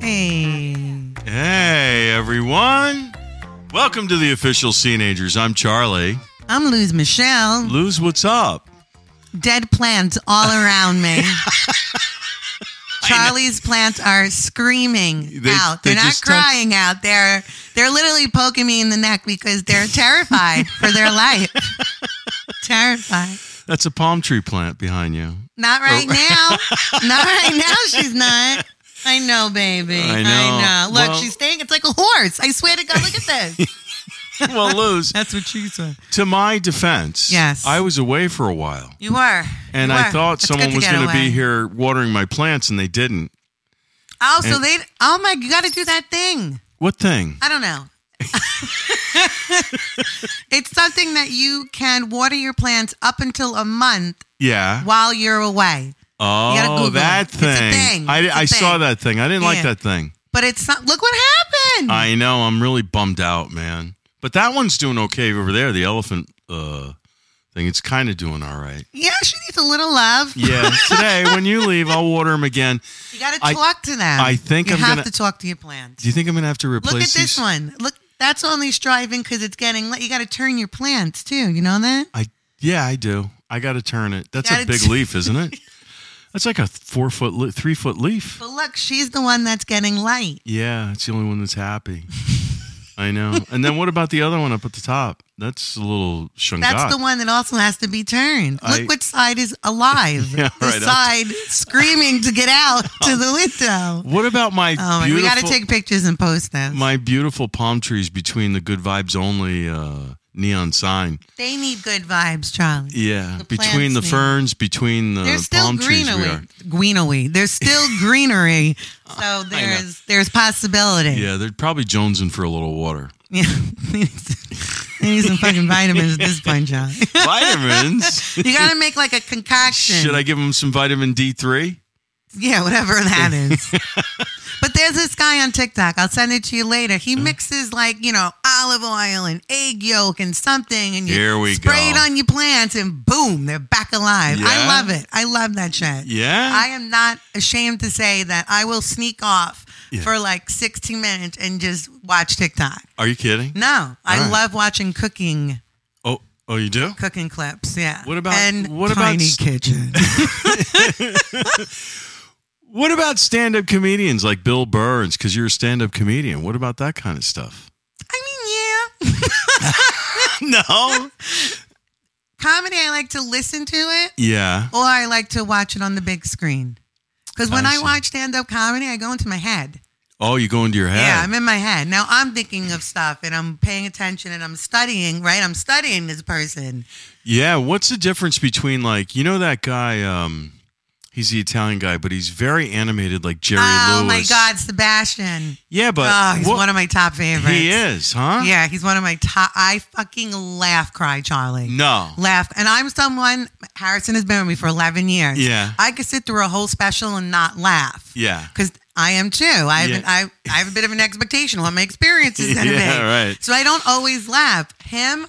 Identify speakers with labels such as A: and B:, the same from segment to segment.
A: Hey.
B: Hey, everyone. Welcome to the official Teenagers. I'm Charlie.
A: I'm Luz Michelle.
B: Luz, what's up?
A: Dead plants all around me. Charlie's plants are screaming
B: They-
A: out.
B: they
A: They're not
B: just touch-
A: crying out. They're they're literally poking me in the neck because they're terrified for their life. terrified.
B: That's a palm tree plant behind you.
A: Not right now. not right now. She's not. I know, baby.
B: I
A: I know.
B: know.
A: Look,
B: Well-
A: she's staying. It's like a horse. I swear to God. Look at this.
B: well, Luz,
A: That's what she said.
B: to my defense,
A: Yes.
B: I was away for a while.
A: You were.
B: And
A: You
B: I
A: were.
B: thought
A: It's
B: someone
A: good to
B: was
A: get
B: going to be
A: away.
B: here watering my plants, and they didn't.
A: Oh, so
B: And-
A: they. Oh my! You got to do that thing.
B: What thing?
A: I don't know. it's something that you can water your plants up until a month
B: Yeah.
A: while you're away. gotta
B: Oh,
A: Google it.
B: that
A: It's a
B: thing.
A: thing.
B: I,
A: It's a
B: I saw
A: thing.
B: that thing. I didn't like
A: Yeah.
B: that thing.
A: But it's not. Look what happened.
B: I know. I'm really bummed out, man. But that one's doing okay over there. The elephant uh, thing. It's kind of doing all right.
A: yeah, she needs a little love.
B: Yeah. Today, when you leave, I'll water them again.
A: You got to
B: I-
A: talk to them.
B: I think
A: you
B: I'm
A: have
B: gonna-
A: to talk to your plants.
B: Do you think I'm gonna have to replace
A: Look at
B: these?
A: this one. Look, that's only striving because it's getting. late. You got to turn your plants too. You know that?
B: I yeah, I do. I got to turn it. That's a
A: Gotta
B: big
A: t-
B: leaf, isn't it? That's like a four foot, le- three foot leaf.
A: But look, she's the one that's getting light.
B: Yeah, it's the only one that's happy. I know. And then what about the other one up at the top? That's a little shungak.
A: That's the one that also has to be turned.
B: I-
A: Look which side is alive.
B: Yeah,
A: the
B: right, I'll
A: side screaming to get out to the window.
B: What about my
A: Oh, my, we
B: beautiful?
A: got to take pictures and post them.
B: my beautiful palm trees between the good vibes only uh, neon sign.
A: they need good vibes, Charlie.
B: Yeah,
A: The
B: between
A: plants
B: the
A: need-
B: ferns, between the
A: There's still
B: palm trees, we
A: greenery.
B: are.
A: Greenery. There's still greenery. So there's there's possibility.
B: Yeah, they're probably jonesing for a little water.
A: Yeah. they need some fucking vitamins at this point, Charlie.
B: Vitamins.
A: you got to make like a concoction.
B: Should I give them some vitamin D three?
A: Yeah, whatever that is. but there's this guy on TikTok. I'll send it to you later.
B: Mm.
A: He mixes like you know olive oil and egg yolk and something, and you
B: Here we
A: spray it
B: go.
A: on your plants, and boom, they're back alive.
B: Yeah?
A: I love it. I love that shit.
B: Yeah.
A: I am not ashamed to say that I will sneak off
B: Yeah.
A: for like 60 minutes and just watch TikTok.
B: Are you kidding?
A: No, I
B: Alright.
A: love watching cooking
B: Oh, oh, you do.
A: cooking clips. Yeah.
B: What about-
A: and
B: what about
A: tiny
B: s-
A: kitchen?
B: What about stand-up comedians like Bill Burns? Because you're a stand-up comedian. What about that kind of stuff?
A: I mean, yeah.
B: no.
A: comedy I like to listen to it
B: Yeah.
A: or I like to watch it on the big screen. Because when
B: I
A: I,
B: see.
A: watch stand up comedy, I go into my head.
B: Oh, you go into your head.
A: Yeah, I'm in my head. Now I'm thinking of stuff and I'm paying attention and I'm studying, right? I'm studying this person.
B: Yeah, what's the difference between like you know that guy? Um, he's the Italian guy, but he's very animated, like Jerry
A: oh my
B: Lewis.
A: God, Sebastian.
B: Yeah, but
A: oh, he's
B: what-
A: one of my top favorites.
B: he is, huh?
A: Yeah, he's one of my top. I fucking laugh, cry, Charlie.
B: No.
A: Laugh. And I'm someone, Harrison has been with me for 11 years.
B: Yeah.
A: I could sit through a whole special and not laugh.
B: Yeah.
A: because I am too. I have
B: Yeah.
A: an, I I have a bit of an expectation on my experiences.
B: Yeah,
A: today.
B: right.
A: So I don't always laugh. Him,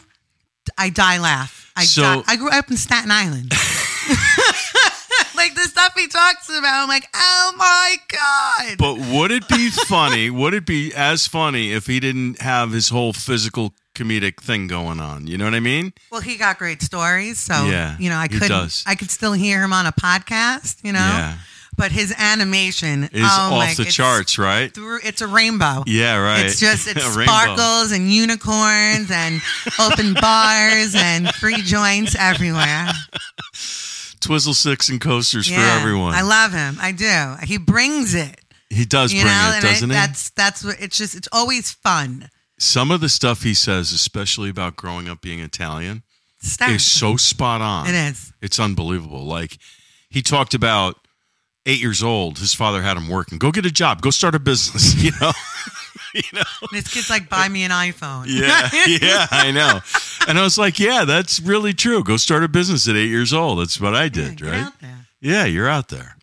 A: I die laugh. I
B: So-
A: die. I grew up in Staten Island. like the stuff he talks about, I'm like, oh my god.
B: But would it be funny? would it be as funny if he didn't have his whole physical comedic thing going on? You know what I mean?
A: well, he got great stories, so
B: Yeah,
A: you know I
B: he
A: could
B: does.
A: I could still hear him on a podcast, you know.
B: Yeah.
A: But his animation
B: Is
A: oh my-
B: off the
A: it's
B: charts, right?
A: Through, it's a rainbow.
B: Yeah, right.
A: It's just it's
B: A rainbow.
A: sparkles and unicorns and open bars and free joints everywhere.
B: Twizzle sticks and coasters
A: Yeah.
B: for everyone.
A: I love him. I do. He brings it.
B: he does
A: You
B: bring
A: know,
B: it,
A: and
B: doesn't
A: I,
B: he?
A: that's that's what it's just it's always fun.
B: Some of the stuff he says, especially about growing up being Italian,
A: Stuff.
B: is so spot on.
A: It is.
B: It's unbelievable. Like he talked about eight years old, his father had him working. Go get a job. Go start a business. You know.
A: This kid's like buy me an iPhone.
B: Yeah. Yeah. I know. And I was like, yeah, that's really true. Go start a business at eight years old. That's what I did,
A: Get
B: right?
A: out there.
B: Yeah, you're out there.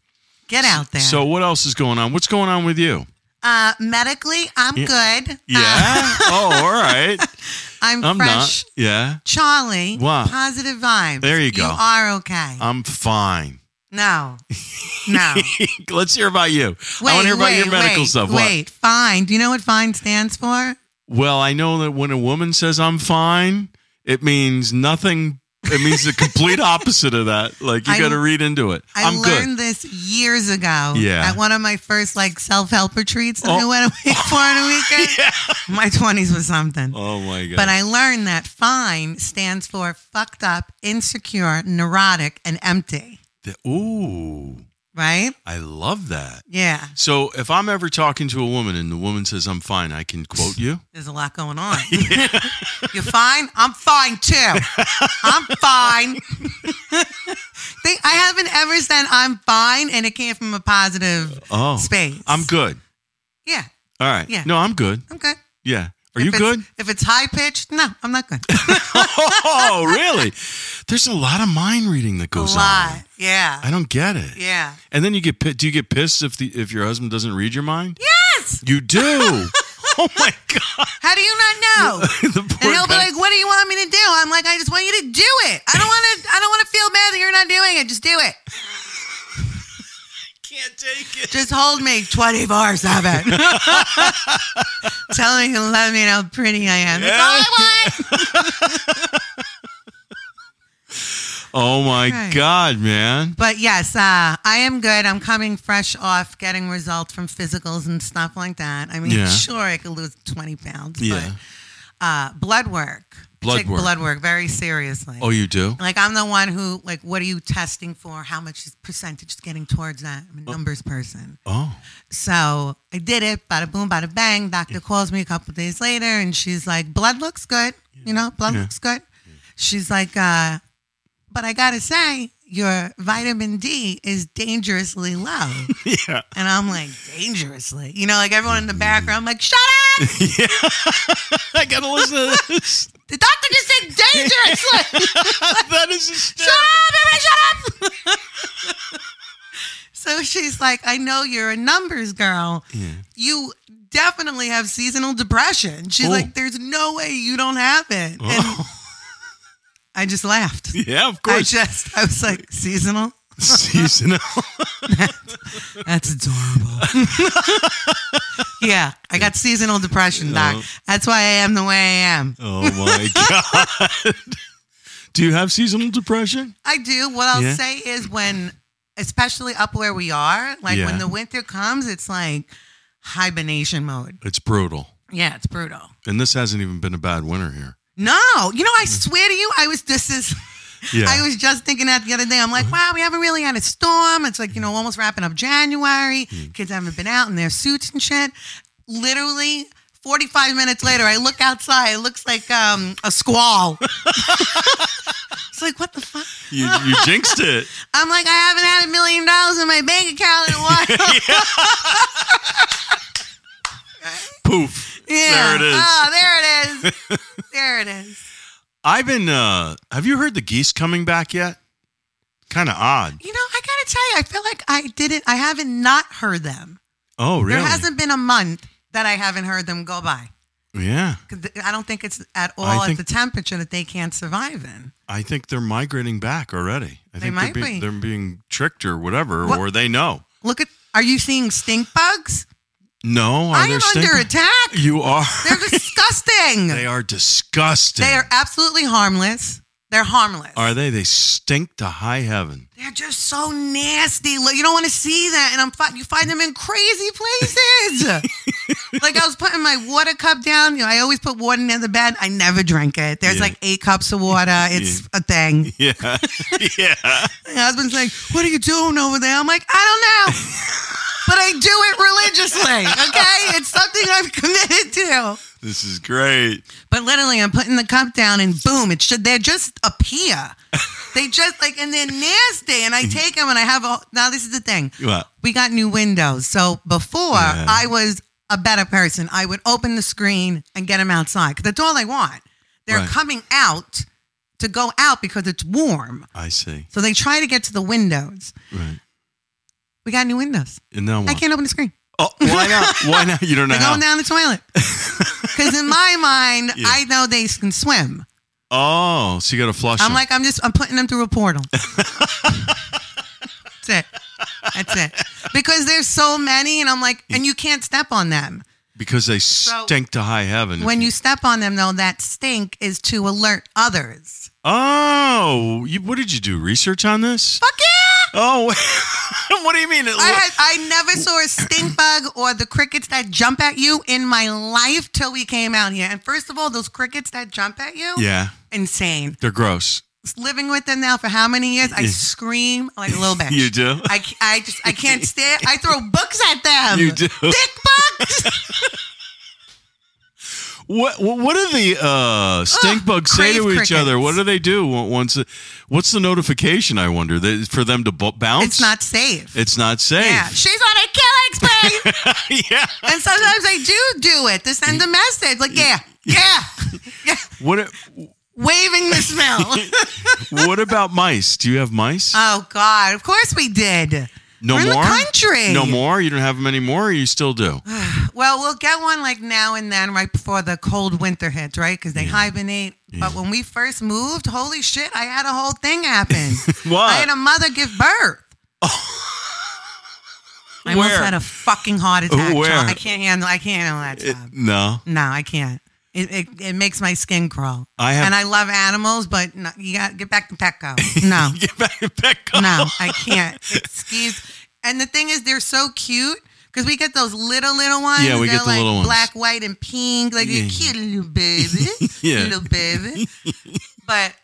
A: Get out there.
B: So what else is going on? What's going on with you?
A: uh, medically, I'm good.
B: Yeah.
A: Uh,
B: oh, all right.
A: I'm,
B: I'm
A: fresh.
B: not. Yeah.
A: Charlie,
B: Wow.
A: positive vibes.
B: There you go. Uh,
A: You are okay.
B: I'm fine.
A: No. No.
B: Let's hear about you.
A: Wait,
B: I want to hear about
A: wait,
B: your medical
A: wait,
B: stuff. What?
A: Wait, fine. Do you know what fine stands for?
B: Well, I know that when a woman says I'm fine, it means nothing. It means the complete opposite of that. Like you
A: I-
B: got to read into it.
A: I
B: am good.
A: learned this years ago
B: Yeah.
A: at one of my first like self help retreats that I
B: Oh.
A: went away for on a weekend. My twenties was something.
B: Oh my god.
A: But I learned that fine stands for fucked up, insecure, neurotic, and empty.
B: The- ooh,
A: Right?
B: I love that.
A: Yeah.
B: So if I'm ever talking to a woman and the woman says I'm fine, I can quote you.
A: There's a lot going on. You're fine? I'm fine too. I'm fine. they, I haven't ever said I'm fine and it came from a positive
B: Oh,
A: space.
B: I'm good.
A: Yeah,
B: All right.
A: Yeah.
B: No, I'm good.
A: I'm good.
B: Yeah. Are
A: If
B: you
A: it's-
B: good?
A: If it's high pitched, no, I'm not good.
B: oh, really? There's a lot of mind reading that
A: a
B: goes on.
A: lot. Yeah.
B: I don't get it.
A: Yeah.
B: And then you get pi- do you get pissed if the if your husband doesn't read your mind?
A: Yes.
B: You do. oh my god.
A: How do you not know?
B: The
A: And
B: poor
A: he'll be
B: guy.
A: like, "What do you want me to do?" I'm like, "I just want you to do it. I don't want to. I don't want to feel bad that you're not doing it. Just do it.
B: can't take it.
A: Just hold me 24/7. Tell me you love me and how pretty I am. That's all I want.
B: Oh my
A: Right.
B: god, man.
A: But yes, uh, I am good. I'm coming fresh off getting results from physicals and stuff like that. I mean,
B: Yeah.
A: sure, I could lose 20 pounds,
B: Yeah.
A: but uh, blood work.
B: Blood
A: Take
B: work.
A: blood work very seriously.
B: Oh, you do?
A: Like I'm the one who like what are you testing for? How much is percentage is getting towards that? I'm a numbers person.
B: Oh.
A: So I did it, bada boom, bada bang. Doctor calls me a couple days later and she's like, Blood looks good. You know, blood
B: Yeah.
A: looks good. She's like, uh, but I gotta say, your vitamin D is dangerously low.
B: Yeah.
A: and I'm like, dangerously. You know, like everyone in the background, I'm like, shut up!
B: I gotta listen to this.
A: The doctor just said dangerously.
B: that is
A: shut
B: hysterical.
A: up, everybody, shut up. so she's like, I know you're a numbers girl.
B: Yeah.
A: You definitely have seasonal depression. She's
B: Oh.
A: like, there's no way you don't have it. And
B: Oh.
A: I just laughed.
B: Yeah, of
A: I
B: course.
A: just, I was like, seasonal?
B: Seasonal.
A: That's adorable. yeah, I got seasonal depression, Doc.
B: Oh.
A: That's why I am the way I am.
B: Oh my god. Do you have seasonal depression?
A: I do. What I'll
B: Yeah.
A: say is when, especially up where we are, like
B: Yeah.
A: when the winter comes, it's like hibernation mode.
B: It's brutal.
A: Yeah, it's brutal.
B: And this hasn't even been a bad winter here.
A: No, you know, I
B: Mm.
A: swear to you, I was, this is,
B: Yeah. Uh-huh.
A: I was just thinking that the other day. I'm like, wow, we haven't really had a storm. It's like, you know, almost wrapping up January.
B: Hmm.
A: Kids haven't been out in their suits and shit. Literally 45 minutes later, I look outside. It looks like um, a squall. it's like, what the fuck?
B: you, you jinxed it.
A: I'm like, I haven't had a million dollars in my bank account in a while.
B: Poof.
A: Yeah.
B: There it is.
A: Oh, there it is. there it is.
B: I've been uh have you heard the geese coming back yet? Kind of odd.
A: You know, I gotta tell you, I feel like I didn't. I haven't not heard them.
B: Oh, really?
A: There hasn't been a month that I haven't heard them go by.
B: yeah.
A: 'Cause th- I don't think it's at all
B: I
A: at
B: think-
A: the temperature that they can't survive in.
B: I think they're migrating back already. I think
A: might
B: they're being,
A: be.
B: they're being tricked or whatever
A: What-
B: or they know.
A: Look at. Are you seeing stink bugs?
B: No, are
A: I
B: there
A: am
B: stink-
A: under attack.
B: You are.
A: They're disgusting.
B: they are disgusting.
A: They are absolutely harmless. They're harmless.
B: Are they? They stink to high heaven.
A: They're just so nasty. Like, you don't want to see that, and I'm fi- you find them in crazy places. like I was putting my water cup down. You know, I always put water in the bed. I never drink it. There's
B: Yeah.
A: like eight cups of water. It's a thing.
B: Yeah. yeah.
A: My husband's like, "What are you doing over there?" I'm like, "I don't know." But I do it religiously, okay? It's something I've committed to.
B: This is great.
A: But literally, I'm putting the cup down, and boom! It should they just appear. They just like, and they're nasty. And I take them, and I have a. Now this is the thing.
B: Mm-hmm. What?
A: we got new windows. So before
B: Yeah.
A: I was a better person, I would open the screen and get them outside 'cause that's all they want. They're
B: Right.
A: coming out to go out because it's warm.
B: I see.
A: So they try to get to the windows.
B: Right.
A: We got new windows.
B: And now
A: I
B: what?
A: can't open the screen.
B: Oh, why not? Why not? You don't know
A: They're
B: how.
A: going down the toilet. Because in my mind,
B: Yeah.
A: I know they can swim.
B: Oh, so you got to flush
A: I'm
B: them.
A: like, I'm just, I'm putting them through a portal. That's That's it. Because there's so many, and I'm like, and you can't step on them.
B: because they stink to high heaven.
A: When you step on them, though, that stink is to alert others.
B: oh, you, what did you do? Research on this?
A: Fuck yeah!
B: Oh, what do you mean? It
A: I,
B: lo-
A: had, I never saw a stink bug or the crickets that jump at you in my life till we came out here. And first of all, those crickets that jump at you,
B: yeah,
A: insane.
B: they're gross.
A: Living with them now for how many years? I
B: Yeah.
A: scream like a little bitch.
B: You do?
A: I, ca- I just I can't stare. I throw books at them.
B: You do.
A: Dick bugs.
B: What What, what do the uh, stink
A: Ugh,
B: bugs say to
A: crave
B: each other?
A: crickets.
B: What do they do on- once? What's the notification? I wonder That- for them to bu- bounce.
A: It's not safe.
B: It's not safe.
A: Yeah, she's on a killing spree.
B: yeah.
A: And sometimes I do do it to send a message, like yeah, yeah, yeah,
B: What
A: waving the smell.
B: What about mice? Do you have mice?
A: oh God, of course we did.
B: no
A: we're in the
B: more.
A: country. Uh,
B: No more. You don't have them anymore. Or you still do.
A: Well, we'll get one like now and then, right before the cold winter hits, right? Because they hibernate. But when we first moved, holy shit, I had a whole thing happen.
B: What?
A: I had a mother give birth. I almost
B: Where?
A: had a fucking heart attack. child.
B: Where?
A: I can't handle. I can't handle that.
B: It-
A: job.
B: no.
A: No, I can't. It, it, it makes my skin crawl.
B: I have-
A: and I love animals, but no, you got to get back to Petco. No,
B: Get back, back up.
A: no, I can't. Excuse. And the thing is, they're so cute because we get those little little ones.
B: Yeah, we
A: They're
B: get the
A: like
B: little ones.
A: Black, white, and pink. Like they're
B: Yeah.
A: cute little baby,
B: Yeah.
A: little baby. But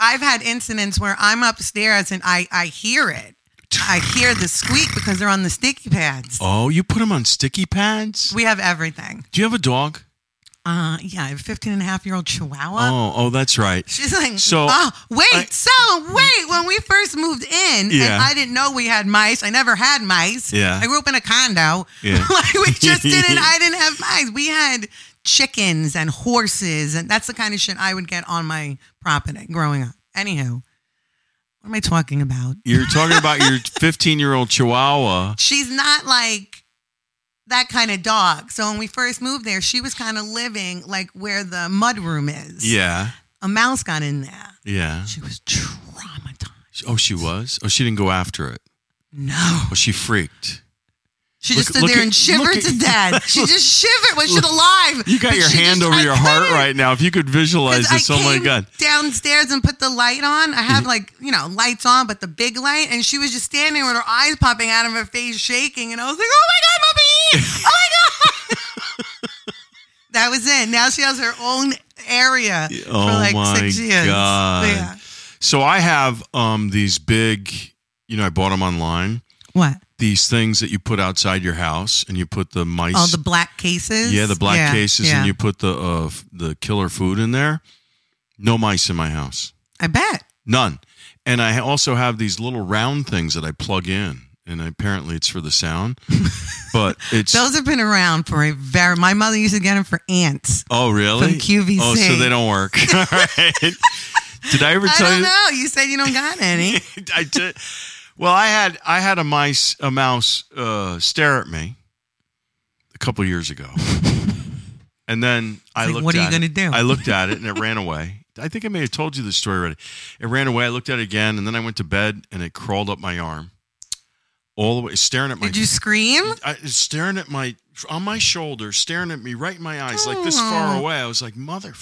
A: I've had incidents where I'm upstairs and I I hear it. I hear the squeak because they're on the sticky pads.
B: Oh, you put them on sticky pads.
A: We have everything.
B: Do you have a dog?
A: Uh, yeah, I have a 15 and a half year old chihuahua.
B: oh, oh, that's right.
A: She's like,
B: So,
A: oh, wait,
B: I-
A: so wait. When we first moved in,
B: Yeah.
A: and I didn't know we had mice. I never had mice.
B: Yeah.
A: I grew up in a condo.
B: Yeah.
A: like we just didn't. I didn't have mice. We had chickens and horses, and that's the kind of shit I would get on my property growing up. Anywho, what am I talking about?
B: You're talking about your 15 year old Chihuahua.
A: she's not like that kind of dog. So when we first moved there, she was kind of living like where the mud room is.
B: Yeah,
A: A mouse got in there.
B: yeah.
A: She was traumatized.
B: Oh, she was. Oh, she didn't go after it.
A: No.
B: Oh, she freaked.
A: She
B: Look-
A: just stood
B: look
A: there
B: at-
A: and shivered
B: look at-
A: to death. She just shivered when she's alive.
B: You got
A: But
B: your
A: she
B: hand
A: just-
B: over
A: I
B: your heart
A: couldn't.
B: right now. If you could visualize
A: 'Cause
B: this, oh
A: I
B: my
A: came
B: god. Mm-hmm.
A: Downstairs and put the light on. I have like, you know, lights on, but the big light. And she was just standing with her eyes popping out of her face, shaking. And I was like, oh my God, Mommy! Oh my God. that was it. Now she has her own area for
B: Oh
A: like
B: my
A: six years.
B: God.
A: Yeah.
B: So I have um these big, you know, I bought them online.
A: What?
B: These things that you put outside your house, and you put the mice.
A: All the black cases?
B: yeah, the black
A: Yeah,
B: cases,
A: yeah.
B: and you put the uh, f- the killer food in there. No mice in my house.
A: I bet.
B: None. And I also have these little round things that I plug in, and apparently it's for the sound. but it's
A: Those have been around for a very. My mother used to get them for ants.
B: oh really
A: from QVC.
B: Oh, so they don't work. All right. Did I ever
A: I
B: tell
A: don't
B: you?
A: know. You said you don't got any.
B: I did. Well, I had I had a mice a mouse uh, stare at me a couple years ago, and then I
A: Like,
B: looked.
A: what are you
B: at
A: gonna
B: it.
A: do?
B: I looked at it and it ran away. I think I may have told you this story already. It ran away. I looked at it again, and then I went to bed, and it crawled up my arm, all the way staring at my.
A: Did you scream?
B: I, it's staring at my on my shoulder, staring at me right in my eyes, like this far
A: Oh.
B: away. I was like, mother.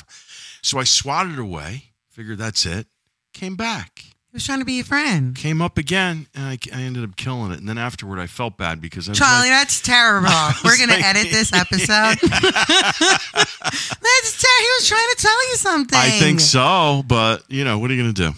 B: So I swatted it away. Figured that's it. Came back
A: He was trying to be your friend.
B: came up again and I, I ended up killing it. And then afterward, I felt bad because I was
A: Charlie,
B: like,
A: that's terrible. We're gonna
B: like-
A: edit this episode. that's ter- he was trying to tell you something.
B: I think so, but you know, what are you going to do?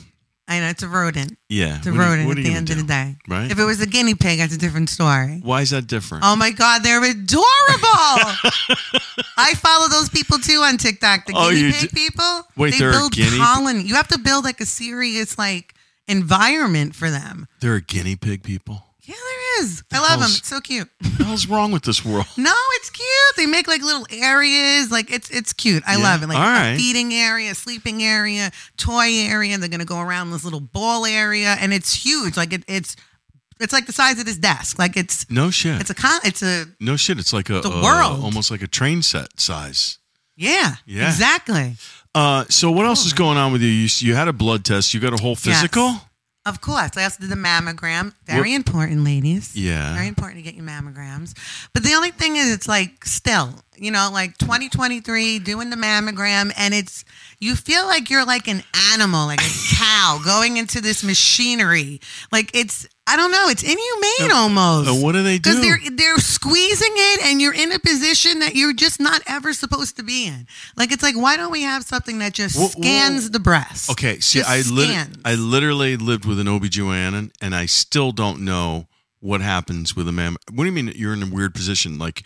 A: I know it's a rodent.
B: Yeah.
A: It's a
B: what are you-
A: rodent
B: what
A: at the
B: are you gonna
A: end of
B: do?
A: the day.
B: right?
A: If it was a guinea pig, that's a different story.
B: Why is that different?
A: Oh my God, they're adorable. I follow those people too on TikTok. The
B: Oh, you
A: guinea pig
B: d-
A: people.
B: Wait,
A: they
B: they're a
A: build
B: guinea pig-
A: colony. You have to build like a serious like environment for them.
B: There are guinea pig people.
A: Yeah, there is. I love them.
B: hell's-
A: It's so cute.
B: What the hell's wrong with this world?
A: No, it's cute. They make like little areas. Like it's it's cute. I
B: Yeah.
A: love it. Like
B: All right.
A: a feeding area, sleeping area, toy area. They're gonna go around this little ball area, and it's huge. Like it, it's it's like the size of this desk. Like it's
B: No shit.
A: it's a con. It's a
B: no shit. It's like a,
A: The
B: a-
A: world.
B: almost like a train set size.
A: yeah.
B: Yeah.
A: Exactly. Oh.
B: Uh, so what else is going on with you? you? You had a blood test. You got a whole physical.
A: Of course. I also did the mammogram. Very important, ladies.
B: Yeah.
A: Very important to get your mammograms. But the only thing is, it's like still, you know, like 2023, doing the mammogram, and it's, you feel like you're like an animal, like a cow going into this machinery. Like it's, I don't know, it's inhumane almost.
B: Uh, what do they do?
A: Because they're they're squeezing it, and you're in a position that you're just not ever supposed to be in. Like it's like, why don't we have something that just
B: Wha- wha-
A: scans the breast?
B: Okay, see,
A: Just
B: I lit-
A: scans.
B: I literally lived with an OBGYN and I still don't know what happens with a mammogram. What do you mean you're in a weird position? Like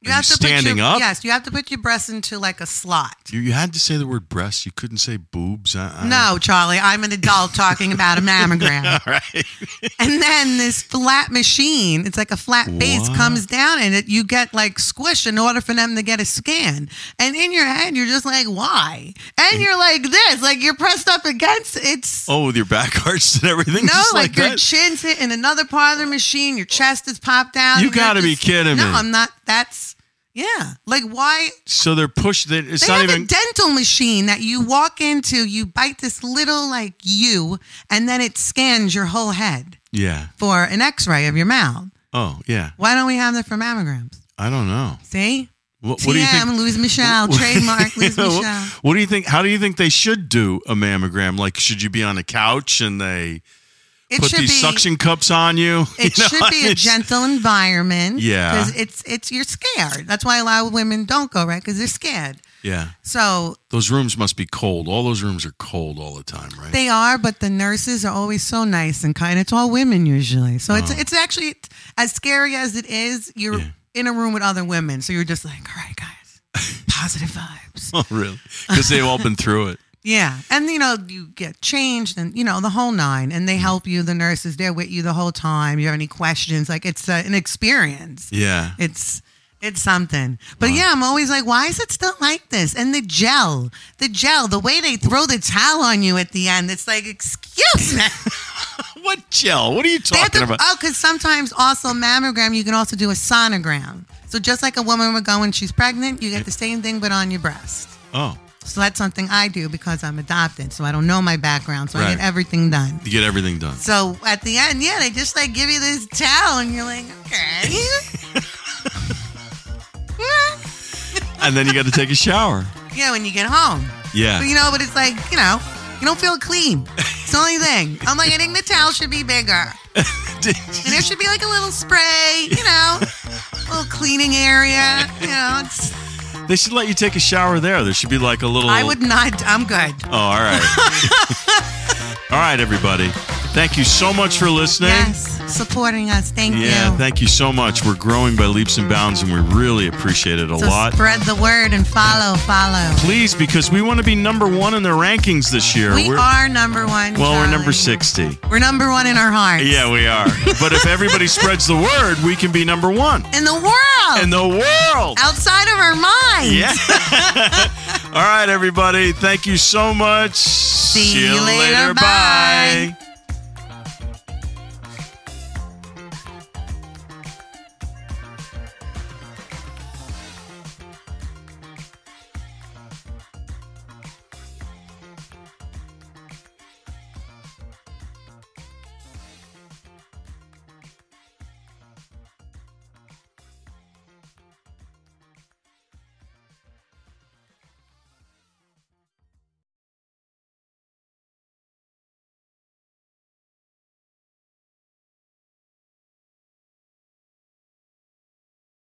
A: You
B: are you
A: have to put
B: standing
A: your-
B: up?
A: Yes, you have to put your breasts into like a slot.
B: You, you had to say the word breast. You couldn't say boobs. I, I,
A: No, Charlie, I'm an adult talking about a mammogram.
B: All right.
A: And then this flat machine, it's like a flat base,
B: Wow.
A: comes down and it, you get like squished in order for them to get a scan. And in your head, you're just like, why? And you're like this, like you're pressed up against it's.
B: Oh, with your back arches and everything.
A: No,
B: just
A: like,
B: like,
A: your
B: that.
A: chin's hit in another part of the machine, your chest is popped out.
B: You
A: and you're
B: gotta be
A: just-
B: kidding me.
A: No, I'm not. That's, yeah. Like, why?
B: so they're pushed. They, it's
A: They
B: not
A: have
B: even.
A: a dental machine that you walk into, you bite this little like U, and then it scans your whole head
B: yeah.
A: for an x-ray of your mouth.
B: Oh, yeah.
A: Why don't we have that for mammograms?
B: I don't know.
A: See?
B: What, what do you
A: TM,
B: think?
A: Louise Michelle, trademark Louise Michelle.
B: what, what do you think? How do you think they should do a mammogram? Like, should you be on a couch and they
A: It
B: put
A: should be
B: these suction cups on you?
A: it
B: You know,
A: should be a
B: it's-
A: gentle environment.
B: Yeah.
A: Because it's it's you're scared. That's why a lot of women don't go, right? Because they're scared.
B: Yeah.
A: So
B: Those rooms must be cold. All those rooms are cold all the time, right?
A: They are, but the nurses are always so nice and kind. It's all women usually, so it's it's actually as scary as it is. You're
B: Yeah.
A: in a room with other women, so you're just like, all right, guys, positive vibes.
B: oh, really? Because they've all been through it.
A: Yeah, and you know you get changed, and you know the whole nine, and they help you. The nurses they're with you the whole time. You have any questions? Like it's uh, an experience.
B: Yeah.
A: It's it's something. But yeah, I'm always like, why is it still like this? And the gel, the gel, the way they throw the towel on you at the end, it's like, excuse me.
B: What gel? What are you
A: They have
B: talking
A: to-
B: about?
A: Oh, because sometimes also mammogram, you can also do a sonogram. So just like a woman would go when she's pregnant, you get the same thing but on your breast.
B: oh,
A: So that's something I do because I'm adopted. So I don't know my background. So I
B: Right.
A: get everything done.
B: you get everything done.
A: So at the end, yeah, they just like give you this towel and you're like, okay.
B: And then you got to take a shower.
A: yeah, when you get home.
B: Yeah.
A: But you know, but it's like, you know, you don't feel clean. It's the only thing. I'm like, I think the towel should be bigger. And there should be like a little spray, you know, a little cleaning area. You know, it's,
B: they should let you take a shower there. There should be like a little.
A: I would not. I'm good.
B: Oh, all right. all right, everybody. Thank you so much for listening.
A: Yes, supporting us. Thank you.
B: Yeah, thank you so much. We're growing by leaps and bounds, and we really appreciate it a
A: so
B: lot.
A: spread the word and follow, follow.
B: Please, because we want to be number one in the rankings this year.
A: We are number one.
B: well, we're number
A: Charlie.
B: 60.
A: We're number one in our hearts.
B: Yeah, we are. but if everybody spreads the word, we can be number one
A: In the world.
B: in the world.
A: outside of our minds.
B: Yeah. All right, everybody. Thank you so much. See,
A: you later. Bye.
B: Bye.